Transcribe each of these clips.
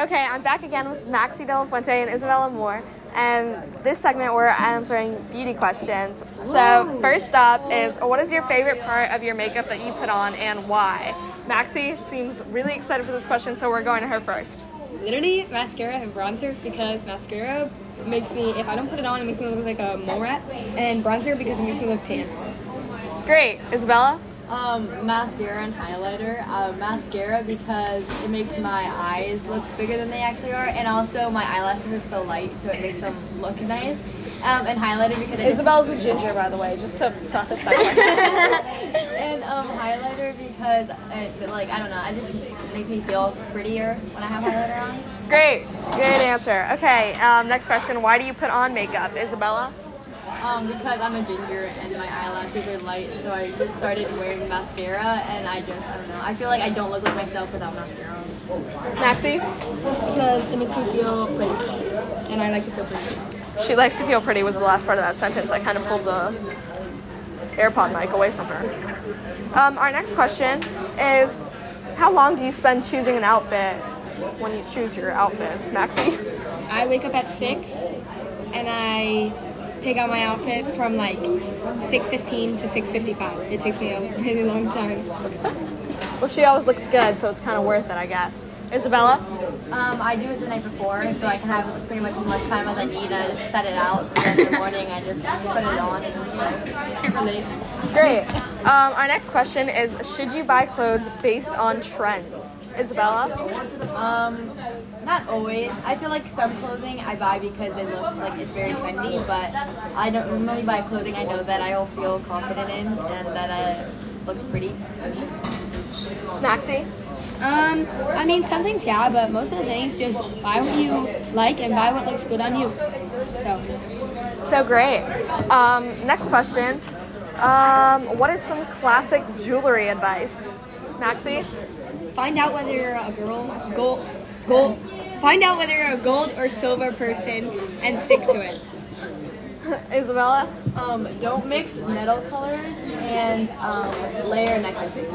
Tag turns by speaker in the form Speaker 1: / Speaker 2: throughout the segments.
Speaker 1: Okay, I'm back again with Maxi De La Fuente and Isabella Moore, and this segment we're answering beauty questions. So first up is, what is your favorite part of your makeup that you put on and why? Maxi seems really excited for this question, so we're going to her first.
Speaker 2: Literally mascara and bronzer because mascara makes me if I don't put it on it makes me look like a mole rat and bronzer because it makes me look tan.
Speaker 1: Great, Isabella.
Speaker 3: Um, mascara and highlighter. Uh, mascara because it makes my eyes look bigger than they actually are, and also my eyelashes are so light, so it makes them look nice. Um, and highlighter because it
Speaker 4: Isabel's a ginger, by the way, just to preface that one.
Speaker 3: and um, highlighter because it, like I don't know, I just it makes me feel prettier when I have highlighter on.
Speaker 1: Great, good answer. Okay, um, next question, why do you put on makeup, Isabella?
Speaker 3: Um, because I'm a ginger and my eyelashes are light, so I just started wearing mascara, and I just I don't know. I feel like I don't look like myself without mascara. on.
Speaker 1: Maxi,
Speaker 2: Because it makes me feel pretty. And I like to feel pretty.
Speaker 1: she likes to feel pretty was the last part of that sentence. I kind of pulled the AirPod mic away from her. Um, our next question is, how long do you spend choosing an outfit when you choose your outfits, Maxi?
Speaker 2: I wake up at six and I pick out my outfit from like six fifteen to six fifty five. It takes me a really long time.
Speaker 1: Well, she always looks good, so it's kind of worth it, I guess. Isabella?
Speaker 3: Um, I do it the night before, so I can have pretty much as much time as I need. I just set it out, so then in the morning I just put it on. And
Speaker 2: I can't relate.
Speaker 1: Great. Um, our next question is Should you buy clothes based on trends? Isabella?
Speaker 3: um, not always. I feel like some clothing I buy because it looks like it's very trendy, but I don't normally buy clothing I know that I will feel confident in and that uh, looks pretty.
Speaker 1: Maxi?
Speaker 2: Um, I mean, some things, yeah, but most of the things, just buy what you like and buy what looks good on you. So,
Speaker 1: So great. Um, next question um, What is some classic jewelry advice? Maxi?
Speaker 2: find out whether you're a girl, gold, gold, find out whether you're a gold or silver person and stick to it.
Speaker 1: Isabella?
Speaker 3: Um, don't mix metal colors and um, layer necklaces.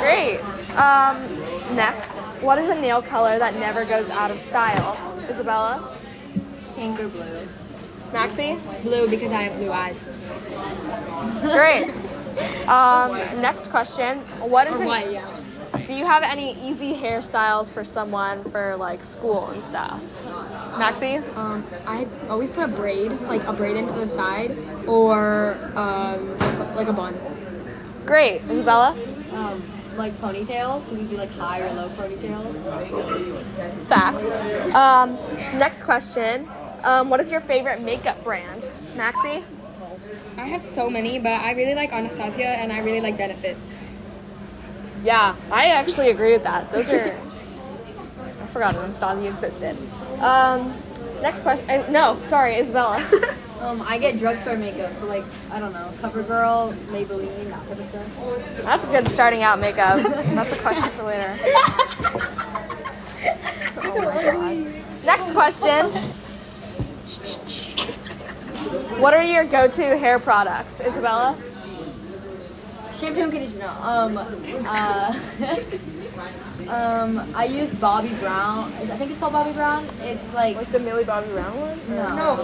Speaker 1: Great. Um, next, what is a nail color that never goes out of style? Isabella?
Speaker 3: Pink or blue.
Speaker 1: Maxi?
Speaker 2: Blue because I have blue eyes.
Speaker 1: Great. Um, next question. What is
Speaker 2: Or
Speaker 1: an-
Speaker 2: white, yeah.
Speaker 1: Do you have any easy hairstyles for someone for like school and stuff? Maxi?
Speaker 2: Um, I always put a braid, like a braid into the side, or um, like a bun.
Speaker 1: Great. Isabella?
Speaker 3: Um, like ponytails. You can do like high or low ponytails.
Speaker 1: Facts. Um, next question. Um, what is your favorite makeup brand? Maxi?
Speaker 2: I have so many, but I really like Anastasia and I really like Benefit.
Speaker 1: Yeah, I actually agree with that. Those are. I forgot Anastasia existed. Um, next question. uh, no, sorry, Isabella.
Speaker 3: Um, I get drugstore makeup, so like I don't know, CoverGirl, Maybelline, that type of stuff.
Speaker 1: That's a good starting out makeup. That's a question for later. oh my god. Next question. What are your go-to hair products, Isabella?
Speaker 3: Shampoo and conditioner. Um, uh, um, I use Bobbi Brown. I think it's called Bobbi Brown. It's like
Speaker 1: the Millie Bobby Brown one?
Speaker 3: no,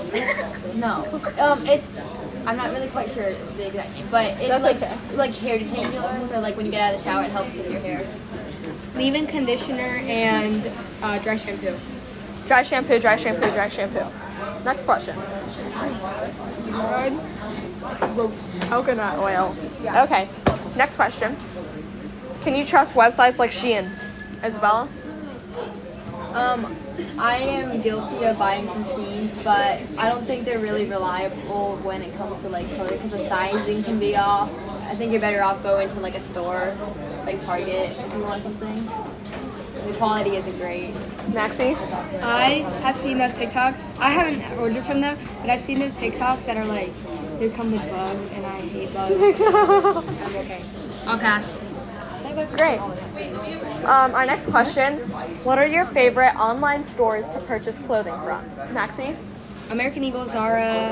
Speaker 1: No.
Speaker 3: no. Um, it's. I'm not really quite sure the exact name, but it's like like hair detangler. So like when you get out of the shower, it helps with your hair.
Speaker 2: Leave-in conditioner and uh, dry shampoo.
Speaker 1: Dry shampoo, dry shampoo, dry shampoo. Next question. Coconut oil. Okay. Next question. Can you trust websites like Shein, Isabella?
Speaker 3: Um, I am guilty of buying from Shein, but I don't think they're really reliable when it comes to like clothing because the sizing can be off. I think you're better off going to like a store, like Target, if you want something. The quality isn't great.
Speaker 1: Maxi?
Speaker 2: I have seen those TikToks. I haven't ordered from them, but I've seen those TikToks that are like, they come with bugs, and I hate bugs. I'm okay. I'll pass.
Speaker 1: Great. Um, our next question: What are your favorite online stores to purchase clothing from? Maxi,
Speaker 2: American Eagle, Zara,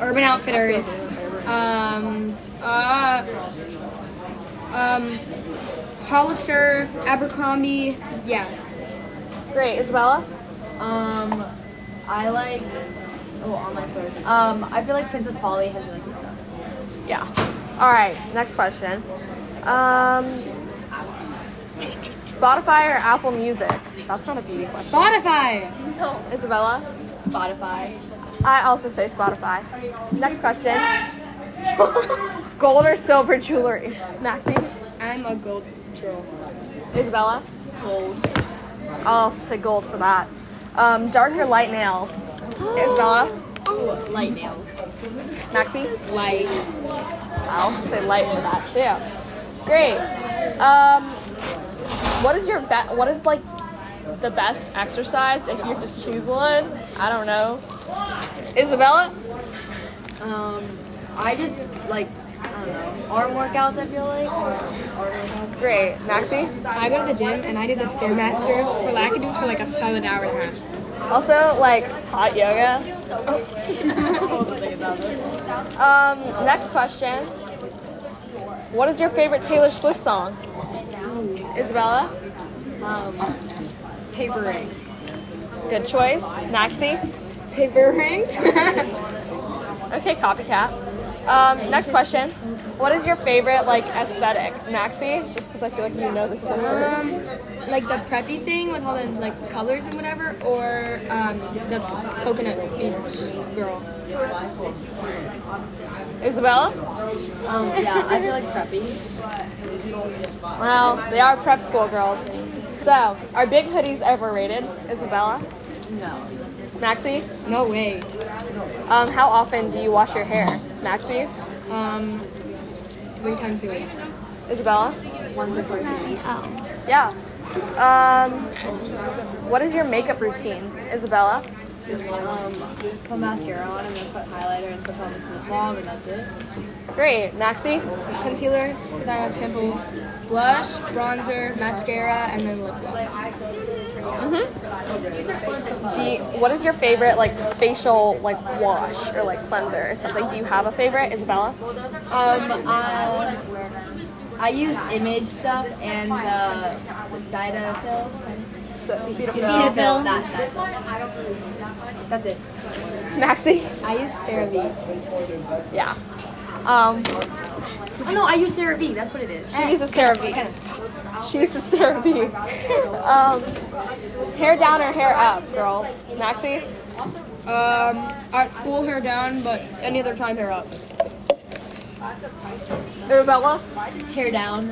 Speaker 2: Urban, Outfitters, um, uh, um, Hollister, Abercrombie, yeah.
Speaker 1: Great, Isabella.
Speaker 3: Um, I like. Oh, online stores. Um, I feel like Princess Polly has really good stuff.
Speaker 1: Yeah. All right. Next question. Um, Spotify or Apple Music? That's not a beauty question.
Speaker 2: Spotify.
Speaker 1: Isabella.
Speaker 3: Spotify.
Speaker 1: I also say Spotify. Next question. Gold or silver jewelry? Maxi.
Speaker 2: I'm a gold girl.
Speaker 1: Isabella.
Speaker 2: Gold.
Speaker 1: I'll also say gold for that. Um, dark or light nails? Isabella.
Speaker 3: Light nails.
Speaker 1: Maxi.
Speaker 2: Light.
Speaker 1: I also say light for that too. Great. Um, what is your be- what is like the best exercise if you have to choose one? I don't know. Isabella,
Speaker 3: Um, I just like I don't know arm workouts. I feel like arm workouts.
Speaker 1: great. Maxie,
Speaker 2: I go to the gym and I do the stairmaster for like I could do it for like a solid hour and a half.
Speaker 1: also like hot yoga. um, next question. What is your favorite Taylor Swift song? Isabella,
Speaker 3: Um, Paper rings.
Speaker 1: good choice. Maxie,
Speaker 2: Paper rings.
Speaker 1: okay, copycat. Um, next question. What is your favorite like aesthetic, Maxie? Just because I feel like you know this one. first.
Speaker 2: um, like the preppy thing with all the like colors and whatever, or um, the coconut beach girl.
Speaker 1: Isabella?
Speaker 3: Um, yeah, I feel like preppy.
Speaker 1: Well, they are prep school girls. So, are big hoodies overrated? Isabella?
Speaker 3: No.
Speaker 1: Maxie?
Speaker 2: No way.
Speaker 1: Um, how often do you wash your hair? Maxie?
Speaker 2: Um, three times a week.
Speaker 1: Isabella? Oh.
Speaker 3: One to fourteen.
Speaker 1: Yeah. Um, what is your makeup routine? Isabella?
Speaker 3: Um, put mascara on and then put highlighter and put on lip balm and that's it.
Speaker 1: Great. Maxie?
Speaker 2: Concealer, because I have pimples. Blush, bronzer, mascara, and then lip gloss.
Speaker 1: Do you, what is your favorite like facial like wash or like cleanser or something? Do you have a favorite, Isabella?
Speaker 3: Um, I, I use image stuff and uh, Cetaphil. Cetaphil. That, that. That's it.
Speaker 1: Maxie?
Speaker 2: I use CeraVe.
Speaker 1: Yeah. Um,
Speaker 3: Oh no, I use CeraVe. That's what it is.
Speaker 2: Eh.
Speaker 1: She uses CeraVe. She uses CeraVe. Um, hair down or hair up, girls? Maxie?
Speaker 2: Um, at school hair down, but any other time hair up.
Speaker 1: Isabella?
Speaker 3: Hair down.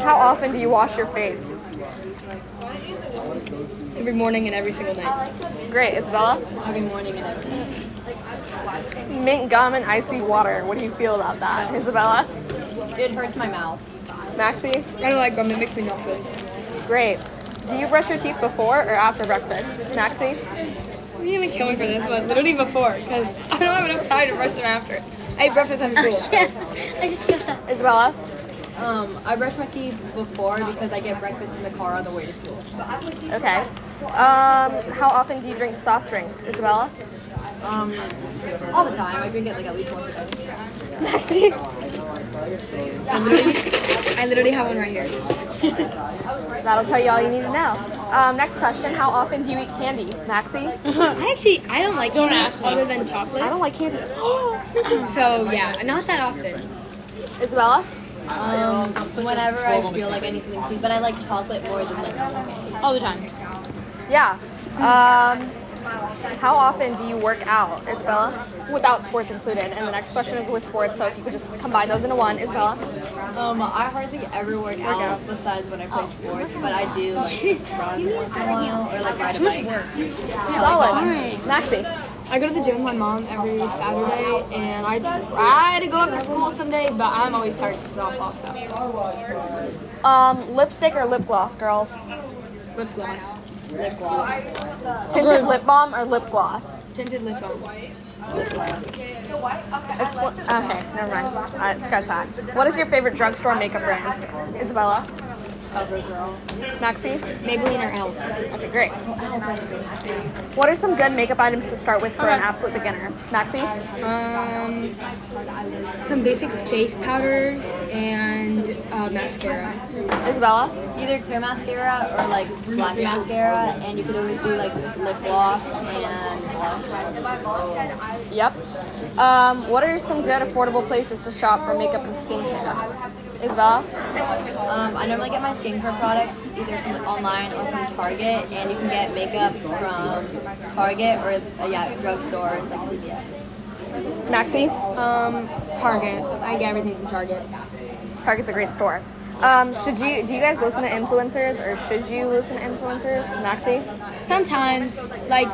Speaker 1: How often do you wash your face?
Speaker 2: Every morning and every single night.
Speaker 1: Great, Isabella.
Speaker 3: Every morning and every night.
Speaker 1: Mint gum and icy water. What do you feel about that, Isabella?
Speaker 3: It hurts my mouth.
Speaker 1: Maxie?
Speaker 2: I don't like gum, it makes me nauseous.
Speaker 1: Great. Do you brush your teeth before or after breakfast? Maxie?
Speaker 2: I'm gonna kill me for this one, literally before, because I don't have enough time to brush them after. I ate breakfast after school.
Speaker 5: I just got
Speaker 1: Isabella?
Speaker 3: Um, I brush my teeth before because I get breakfast in the car on the way to school.
Speaker 1: Okay. Um, how often do you drink soft drinks, Isabella?
Speaker 3: Um, all the time. I drink it like at least once a day.
Speaker 1: Maxie?
Speaker 2: I literally, I literally have one right here.
Speaker 1: That'll tell you all you need to know. Um, next question. How often do you eat candy, Maxie?
Speaker 2: I actually, I don't like don't other than chocolate.
Speaker 1: I don't like candy.
Speaker 2: So yeah, not that often.
Speaker 1: Isabella?
Speaker 3: Um, whenever I feel like I need something sweet, but I like chocolate more than like
Speaker 2: All the time.
Speaker 1: Yeah. Um, how often do you work out, Isabella? Without sports included. And the next question is with sports, so if you could just combine those into one, Isabella.
Speaker 3: Um, I hardly ever work out besides when I play sports, but I do like run once in a while or like ride a bike.
Speaker 1: Solid. Maxie.
Speaker 2: I go to the gym with my mom every Saturday, and I try to go after school someday, but I'm always tired because I'll fall asleep.
Speaker 1: Um, lipstick or lip gloss, girls?
Speaker 2: Lip gloss,
Speaker 3: Lip gloss.
Speaker 1: Tinted lip balm or lip gloss?
Speaker 2: tinted lip balm.
Speaker 1: Expl- okay, never mind. Uh, scratch that. What is your favorite drugstore makeup brand, Isabella?
Speaker 3: of a girl.
Speaker 1: Maxie?
Speaker 2: Maybelline or e Elf?
Speaker 1: Okay, great. What are some good makeup items to start with for an
Speaker 2: Okay.
Speaker 1: absolute beginner? Maxie?
Speaker 2: Um, some basic face powders and uh, mascara.
Speaker 1: Isabella?
Speaker 3: Either clear mascara or like black mascara, and you could always do like lip gloss and blush.
Speaker 1: Yep. Um, what are some good affordable places to shop for makeup and skincare? Isabella?
Speaker 3: Um, I normally get my skincare products either from online or from Target, and you can get makeup from Target or uh, yeah, drugstore like CVS.
Speaker 1: Maxie?
Speaker 2: Um, Target. I get everything from Target.
Speaker 1: Target's a great store. Um, should you do you guys listen to influencers or should you listen to influencers? Maxie?
Speaker 2: Sometimes, like,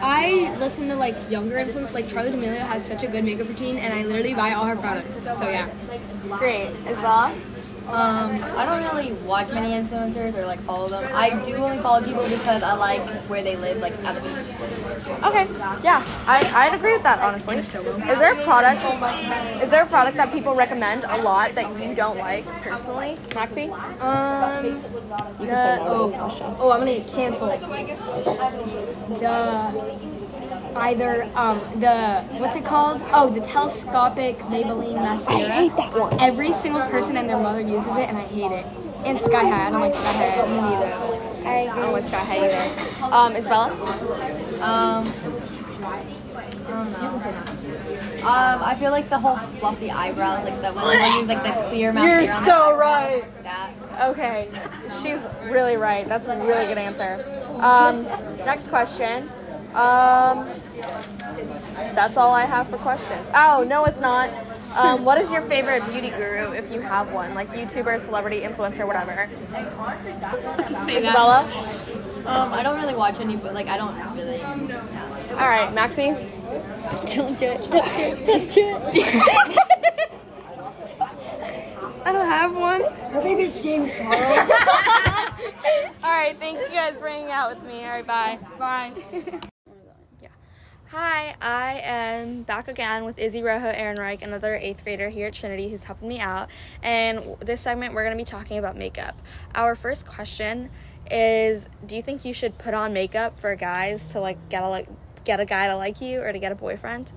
Speaker 2: I listen to like younger influencers. Like Charlie D'Amelio has such a good makeup routine, and I literally buy all her products. So yeah.
Speaker 1: Great. Isabella?
Speaker 3: Um, I don't really watch many influencers or like follow them. I do only follow people because I like where they live, like at the beach.
Speaker 1: Okay. Yeah, I, I'd agree with that honestly. Is there a product is there a product that people recommend a lot that you don't like personally? Maxie?
Speaker 2: Um. The, oh, oh, I'm gonna cancel. The either um the what's it called? Oh, the telescopic Maybelline mascara. I hate that one. Every single person and their mother uses it, and I hate it. And Sky High, I don't like Sky High. I don't need those.
Speaker 1: I don't like Sky High either. Um, Isabella?
Speaker 3: Um, um, I feel like the whole fluffy eyebrows, like the one that use like the clear mascara. on the eyebrows,
Speaker 1: right.
Speaker 3: That.
Speaker 1: Okay, she's really right. That's a really good answer. Um, next question. Um, that's all I have for questions. Oh no, it's not. Um, what is your favorite beauty guru, if you have one, like YouTuber, celebrity, influencer, whatever? Isabella.
Speaker 3: Um, I don't really watch any, but like I don't really.
Speaker 1: All right, Maxie.
Speaker 2: Don't do it. Don't do it. Don't do it. I don't have one. Her baby's James Charles.
Speaker 1: All right, thank you guys for hanging out with me. All right, bye.
Speaker 2: Bye.
Speaker 1: Hi, I am back again with Izzy Rojo Ehrenreich, another eighth grader here at Trinity who's helping me out. And w- this segment, we're going to be talking about makeup. Our first question is Do you think you should put on makeup for guys to like get a, like, get a guy to like you or to get a boyfriend?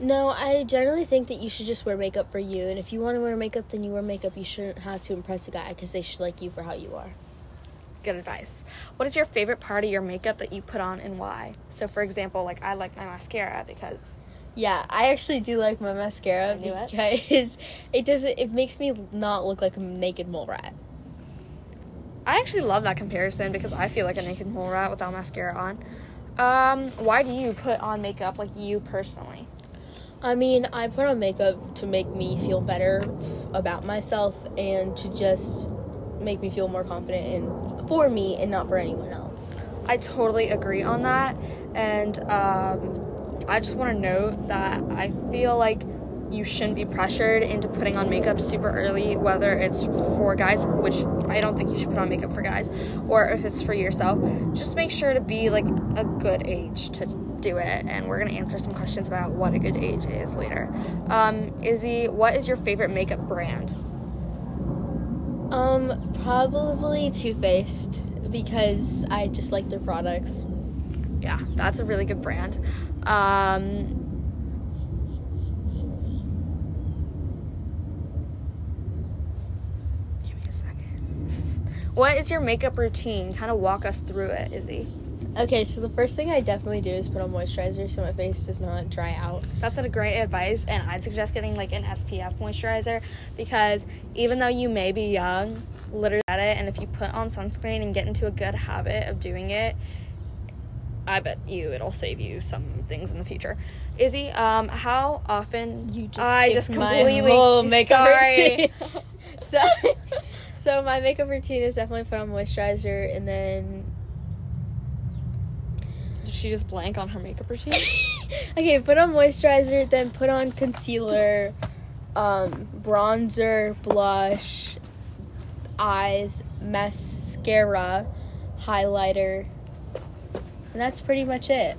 Speaker 5: No, I generally think that you should just wear makeup for you, and if you want to wear makeup, then you wear makeup. You shouldn't have to impress a guy because they should like you for how you are.
Speaker 1: Good advice. What is your favorite part of your makeup that you put on and why? So, for example, like I like my mascara because
Speaker 5: Yeah, I actually do like my mascara
Speaker 1: knew it.
Speaker 5: because it doesn't. It makes me not look like a naked mole rat.
Speaker 1: I actually love that comparison because I feel like a naked mole rat without mascara on. Um, why do you put on makeup like you personally?
Speaker 5: I mean, I put on makeup to make me feel better about myself and to just make me feel more confident and for me and not for anyone else.
Speaker 1: I totally agree on that, and um, I just want to note that I feel like you shouldn't be pressured into putting on makeup super early, whether it's for guys, which I don't think you should put on makeup for guys, or if it's for yourself. Just make sure to be like a good age to do it, and we're gonna answer some questions about what a good age is later. Um, Izzy, what is your favorite makeup brand?
Speaker 5: Um, probably Too Faced because I just like their products.
Speaker 1: yeah, that's a really good brand. Um, give me a second. What is your makeup routine? Kind of walk us through it, Izzy.
Speaker 5: Okay, so the first thing I definitely do is put on moisturizer so my face does not dry out.
Speaker 1: That's a great advice, and I'd suggest getting like an SPF moisturizer because even though you may be young, literally at it, and if you put on sunscreen and get into a good habit of doing it, I bet you it'll save you some things in the future. Izzy, um, how often
Speaker 5: You just
Speaker 1: I
Speaker 5: skipped
Speaker 1: just completely
Speaker 5: my whole makeup
Speaker 1: sorry.
Speaker 5: routine. so, so my makeup routine is definitely put on moisturizer and then
Speaker 1: Did she just blank on her makeup routine?
Speaker 5: okay, put on moisturizer, then put on concealer, um, bronzer, blush, eyes, mascara, highlighter, and that's pretty much it.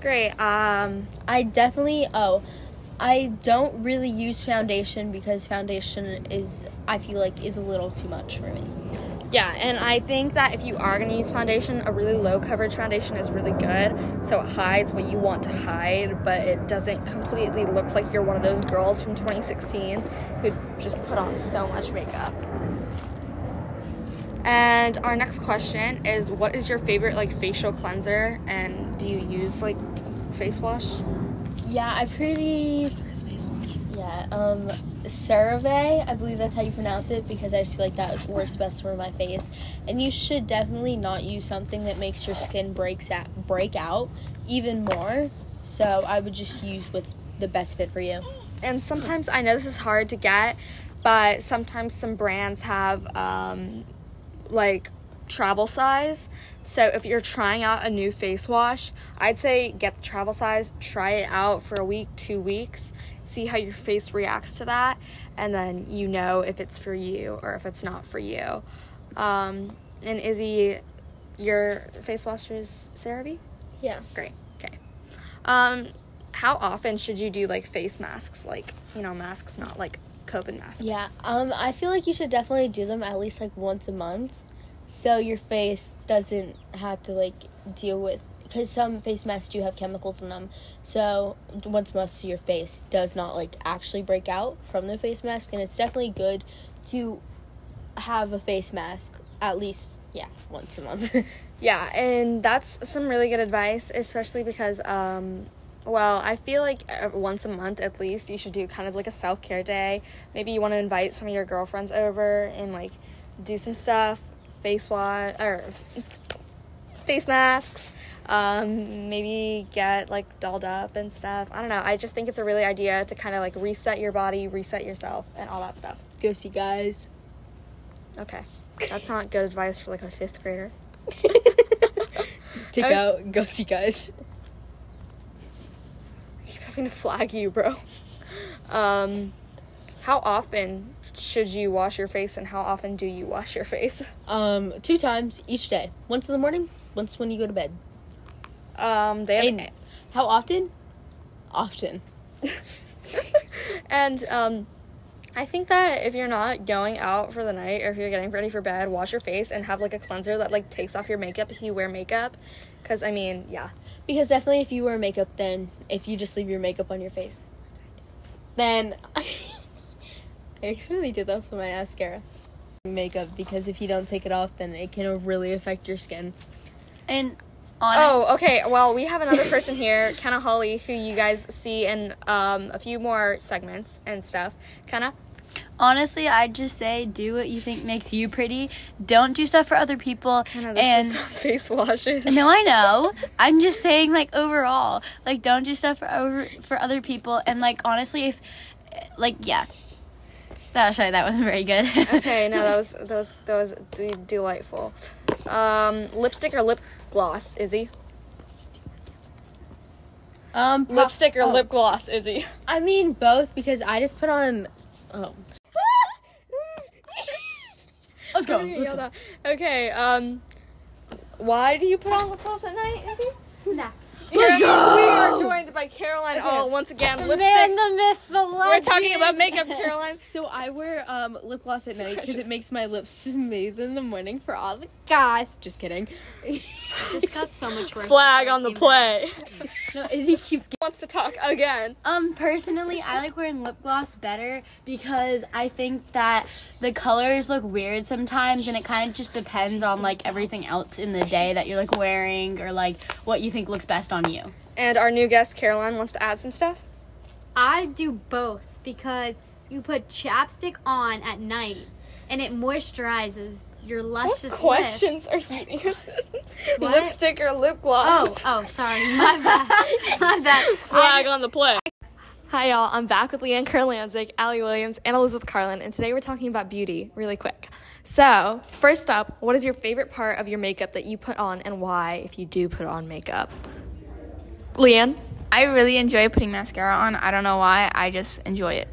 Speaker 1: Great. Um,
Speaker 5: I definitely oh I don't really use foundation because foundation is I feel like is a little too much for me.
Speaker 1: Yeah, and I think that if you are going to use foundation, a really low coverage foundation is really good. So it hides what you want to hide, but it doesn't completely look like you're one of those girls from 2016 who just put on so much makeup. And our next question is what is your favorite like facial cleanser and do you use like face wash?
Speaker 5: Yeah, I pretty. Yeah, um, Cerave, I believe that's how you pronounce it because I just feel like that works best for my face. And you should definitely not use something that makes your skin breaks out, break out even more. So I would just use what's the best fit for you.
Speaker 1: and sometimes I know this is hard to get, but sometimes some brands have um, like travel size. So if you're trying out a new face wash, I'd say get the travel size, try it out for a week, two weeks, see how your face reacts to that, and then you know if it's for you or if it's not for you. Um, and Izzy, your face wash is CeraVe?
Speaker 5: Yeah.
Speaker 1: Great. Okay. Um, how often should you do like face masks? Like you know, masks, not like COVID masks.
Speaker 5: Yeah, um, I feel like you should definitely do them at least like once a month, so your face doesn't have to like deal with because some face masks do have chemicals in them. So once a month, so your face does not like actually break out from the face mask, and it's definitely good to have a face mask at least yeah once a month.
Speaker 1: Yeah, and that's some really good advice, especially because, um, well, I feel like uh, once a month at least you should do kind of like a self care day. Maybe you want to invite some of your girlfriends over and like do some stuff, face wash or face masks. Um, maybe get like dolled up and stuff. I don't know. I just think it's a really idea to kind of like reset your body, reset yourself, and all that stuff.
Speaker 5: Go see guys.
Speaker 1: Okay, that's not good advice for like a fifth grader.
Speaker 5: Take out go see guys.
Speaker 1: keep having to flag you, bro. Um, how often should you wash your face, and how often do you wash your face?
Speaker 5: Um, two times each day. Once in the morning, once when you go to bed.
Speaker 1: Um, they have,
Speaker 5: And how often? Often.
Speaker 1: and um, I think that if you're not going out for the night, or if you're getting ready for bed, wash your face and have like a cleanser that like takes off your makeup if you wear makeup. Cause I mean, yeah,
Speaker 5: Because definitely, if you wear makeup, then if you just leave your makeup on your face, then I accidentally did that for my mascara. Makeup because if you don't take it off, then it can really affect your skin.
Speaker 3: And on
Speaker 1: Oh, okay. Well, we have another person here, Kenna Holly, who you guys see in um, a few more segments and stuff. Kenna, Oh.
Speaker 6: honestly, I'd just say do what you think makes you pretty. Don't do stuff for other people.
Speaker 1: Kenna, this
Speaker 6: and
Speaker 1: is not face washes.
Speaker 6: no, I know. I'm just saying, like overall, like don't do stuff for over for other people. And like honestly, if like yeah, that sorry, that wasn't very good.
Speaker 1: Okay, no, that was that was that was de- delightful. Um, lipstick or lip gloss, Izzy?
Speaker 5: Um, pro-
Speaker 1: Lipstick or
Speaker 7: Oh.
Speaker 1: lip gloss, Izzy?
Speaker 5: I mean both because I just put on. Oh, let's
Speaker 1: Oh.
Speaker 5: go. Let's go.
Speaker 1: Okay. Um, why do you put on lip gloss at night, Izzy?
Speaker 2: Nah.
Speaker 1: Let's go! We are joined by Caroline All once again. Lipstick.
Speaker 2: the myth, the
Speaker 1: We're talking about makeup, Caroline.
Speaker 5: So I wear um, lip gloss at night because it makes my lips smooth in the morning for all the guys. Just kidding.
Speaker 8: This got so much worse.
Speaker 1: Flag on the play.
Speaker 5: No, Izzy keeps
Speaker 1: Wants to talk again.
Speaker 6: Um, personally, I like wearing lip gloss better because I think that the colors look weird sometimes, and it kind of just depends on like everything else in the day that you're like wearing or like what you think looks best on you.
Speaker 1: And our new guest, Caroline, wants to add some stuff.
Speaker 8: I do both because you put chapstick on at night and it moisturizes your luscious
Speaker 1: Questions
Speaker 8: lips.
Speaker 1: are you answering?
Speaker 8: What?
Speaker 1: Lipstick or lip
Speaker 8: Oh,
Speaker 1: gloss?
Speaker 8: oh, sorry. My bad. My bad.
Speaker 1: Flag on the play. Hi, y'all. I'm back with Leanne Kurlanzik, Allie Williams, and Elizabeth Carlin, and today we're talking about beauty really quick. So, first up, what is your favorite part of your makeup that you put on and why if you do put on makeup? Leanne?
Speaker 9: I really enjoy putting mascara on. I don't know why. I just enjoy it.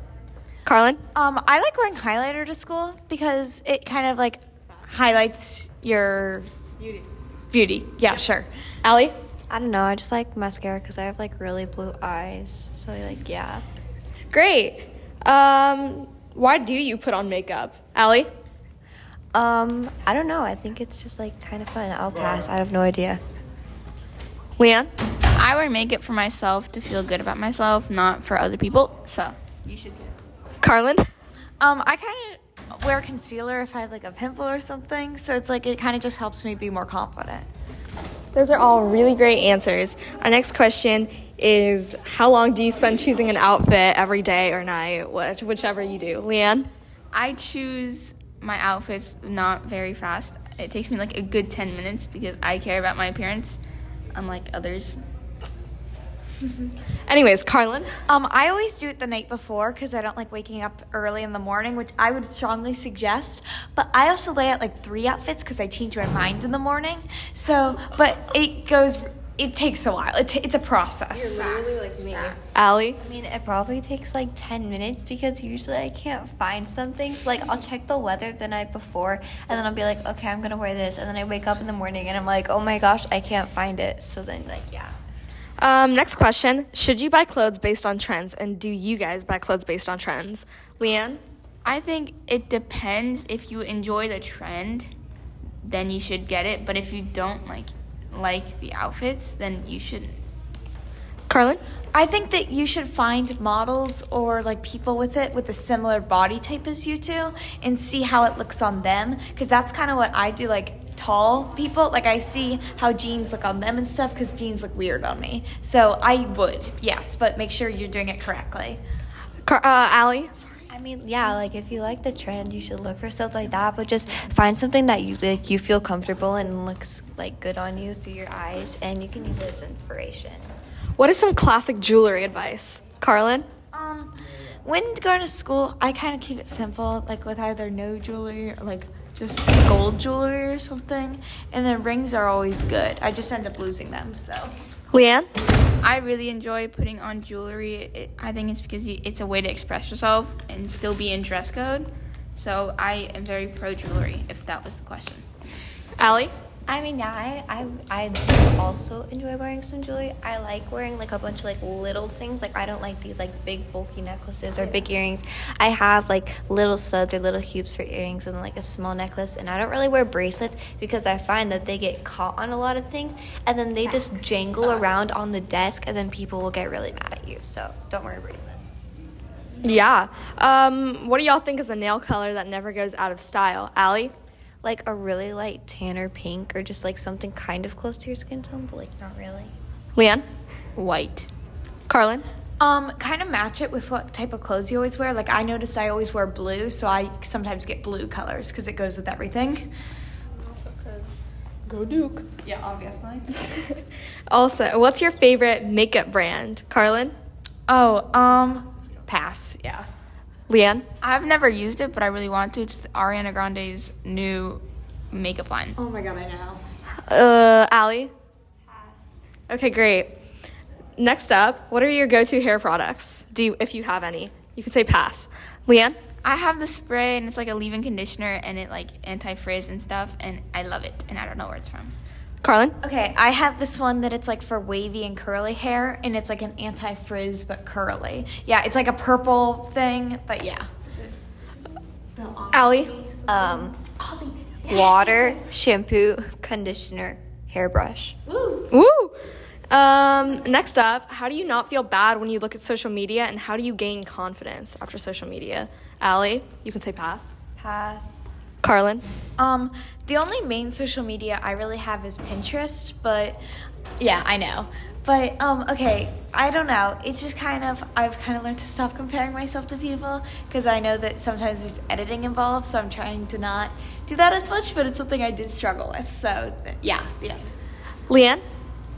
Speaker 1: Carlin?
Speaker 10: Um, I like wearing highlighter to school because it kind of like highlights your beauty. Beauty. Yeah, sure.
Speaker 1: Allie?
Speaker 7: I don't know. I just like mascara because I have like really blue eyes. So like yeah. Great. Um, why do you put on makeup, Allie?
Speaker 11: Um, I don't know. I think it's just like kind of fun. I'll pass. I have no idea.
Speaker 7: Leanne?
Speaker 9: I wear makeup for myself to feel good about myself, not for other people. So
Speaker 7: Carlin?
Speaker 10: Um, I kind of wear concealer if I have like a pimple or something, so it's like it kind of just helps me be more confident.
Speaker 7: Those are all really great answers. Our next question is How long do you spend choosing an outfit every day or night, which, whichever you do? Leanne?
Speaker 9: I choose my outfits not very fast. It takes me like a good 10 minutes because I care about my appearance, unlike others.
Speaker 7: Anyways, Carlin?
Speaker 10: Um, I always do it the night before because I don't like waking up early in the morning, which I would strongly suggest. But I also lay out like three outfits because I change my mind in the morning. So, but it goes, it takes a while. It t- it's a process.
Speaker 7: Allie?
Speaker 11: I mean, it probably takes like 10 minutes because usually I can't find some things. Like, I'll check the weather the night before and then I'll be like, okay, I'm going to wear this. And then I wake up in the morning and I'm like, oh my gosh, I can't find it. So then, like, yeah.
Speaker 7: Um, next question Should you buy clothes based on trends, and do you guys buy clothes based on trends? Leanne?
Speaker 9: I think it depends. If you enjoy the trend, then you should get it. But if you don't like like the outfits, then you shouldn't.
Speaker 7: Carlin?
Speaker 10: I think that you should find models or like people with it with a similar body type as you two and see how it looks on them because that's kind of what I do like tall people like I see how jeans look on them and stuff because jeans look weird on me so I would yes but make sure you're doing it correctly
Speaker 7: Car- uh, Allie?
Speaker 11: I mean, yeah, like if you like the trend, you should look for stuff like that, but just find something that you like you feel comfortable and looks like good on you through your eyes and you can use it as inspiration.
Speaker 7: What is some classic jewelry advice? Carlin?
Speaker 10: um when going to school I kind of keep it simple like with either no jewelry or like just gold jewelry or something and then rings are always good I just end up losing them so
Speaker 7: Leanne?
Speaker 9: I really enjoy putting on jewelry. It, I think it's because you, it's a way to express yourself and still be in dress code. So I am very pro jewelry, if that was the question.
Speaker 7: Allie?
Speaker 11: I mean, yeah, I, I, I do also enjoy wearing some jewelry. I like wearing like a bunch of like little things. Like I don't like these like big bulky necklaces or big earrings. I have like little studs or little hoops for earrings and like a small necklace. And I don't really wear bracelets because I find that they get caught on a lot of things and then they just jangle around on the desk and then people will get really mad at you. So don't wear bracelets.
Speaker 7: Yeah. Um, what do y'all think is a nail color that never goes out of style? Allie?
Speaker 11: Like a really light tan or pink or just like something kind of close to your skin tone, but like not really.
Speaker 7: Leanne?
Speaker 9: White.
Speaker 7: Carlin?
Speaker 10: Um, kind of match it with what type of clothes you always wear. Like I noticed I always wear blue, so I sometimes get blue colors because it goes with everything.
Speaker 7: Also, what's your favorite makeup brand? Carlin?
Speaker 10: Oh, um, pass. Yeah.
Speaker 7: Leanne?
Speaker 9: I've never used it, but I really want to. It's Ariana Grande's new makeup line.
Speaker 7: Uh, Allie? Okay, great. Next up, what are your go to hair products? Do you, if you have any? You can say pass. Leanne?
Speaker 9: I have the spray, and it's like a leave-in conditioner, and it like anti-frizz and stuff, and I love it. And I don't know where it's from.
Speaker 7: Carlin?
Speaker 10: Okay, I have this one that it's like for wavy and curly hair, and it's like an anti-frizz but curly. Yeah, it's like a purple thing, but yeah.
Speaker 7: Allie?
Speaker 11: Um, water, shampoo, conditioner, hairbrush.
Speaker 7: Woo! Um, next up, how do you not feel bad when you look at social media and how do you gain confidence after social media? Allie, you can say pass.
Speaker 11: Pass.
Speaker 7: Carlin?
Speaker 10: Um, the only main social media I really have is Pinterest, but yeah, I know. But um, okay, I don't know. It's just kind of I've kind of learned to stop comparing myself to people because I know that sometimes there's editing involved, so I'm trying to not do that as much. But it's something I did struggle with. So th- yeah, yeah.
Speaker 7: Leanne?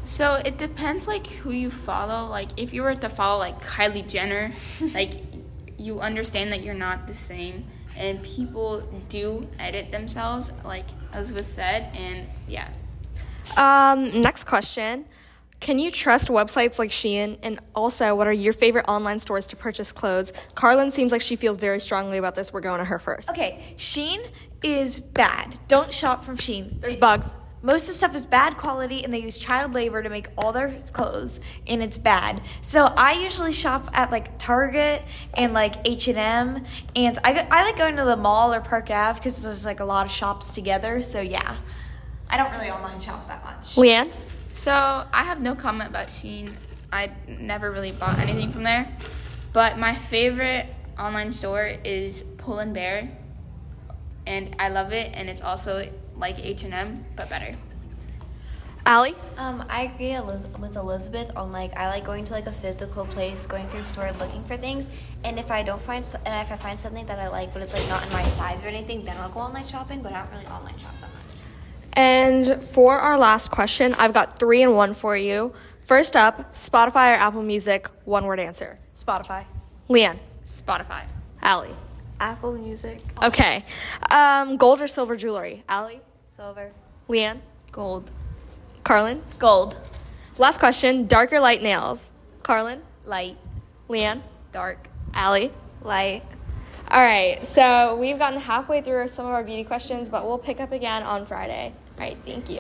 Speaker 9: So it depends like who you follow. Like if you were to follow like Kylie Jenner, like you understand that you're not the same and people do edit themselves like Elizabeth said and yeah.
Speaker 7: Um, next question. Can you trust websites like Shein? And also, what are your favorite online stores to purchase clothes? Carlin seems like she feels very strongly about this. We're going to her first.
Speaker 10: Okay, Sheen is bad. Don't shop from Sheen.
Speaker 7: There's bugs.
Speaker 10: most of the stuff is bad quality and they use child labor to make all their clothes and it's bad. So I usually shop at like Target and like H&M and I, go- I like going to the mall or Park Ave because there's like a lot of shops together. So yeah, I don't really online shop that much.
Speaker 12: Leanne?
Speaker 9: So I have no comment about Sheen. I never really bought anything from there. But my favorite online store is Pull and Bear, and I love it. And it's also like H and M, but better.
Speaker 12: Allie? Um, I agree Eliz- with Elizabeth on like I like going to like a physical place, going through a store, looking for things. And if I don't find so- and if I find something that I like, but it's like not in my size or anything, then I'll go online shopping. But I don't really online shop that much.
Speaker 7: And for our last question, I've got three and one for you. First up, Spotify or Apple Music, one word answer.
Speaker 13: Spotify.
Speaker 7: Leanne,
Speaker 9: Spotify.
Speaker 7: Allie.
Speaker 12: Apple Music,
Speaker 7: Okay. Um, gold or silver jewelry? Allie,
Speaker 12: silver,
Speaker 7: Leanne,
Speaker 9: Gold.
Speaker 7: Carlin.
Speaker 13: Gold.
Speaker 7: Last question, dark or light nails? Carlin,
Speaker 12: light,
Speaker 7: Leanne,
Speaker 9: Dark.
Speaker 7: Allie.
Speaker 12: light.
Speaker 7: All right, so we've gotten halfway through some of our beauty questions, but we'll pick up again on Friday. All right, thank you.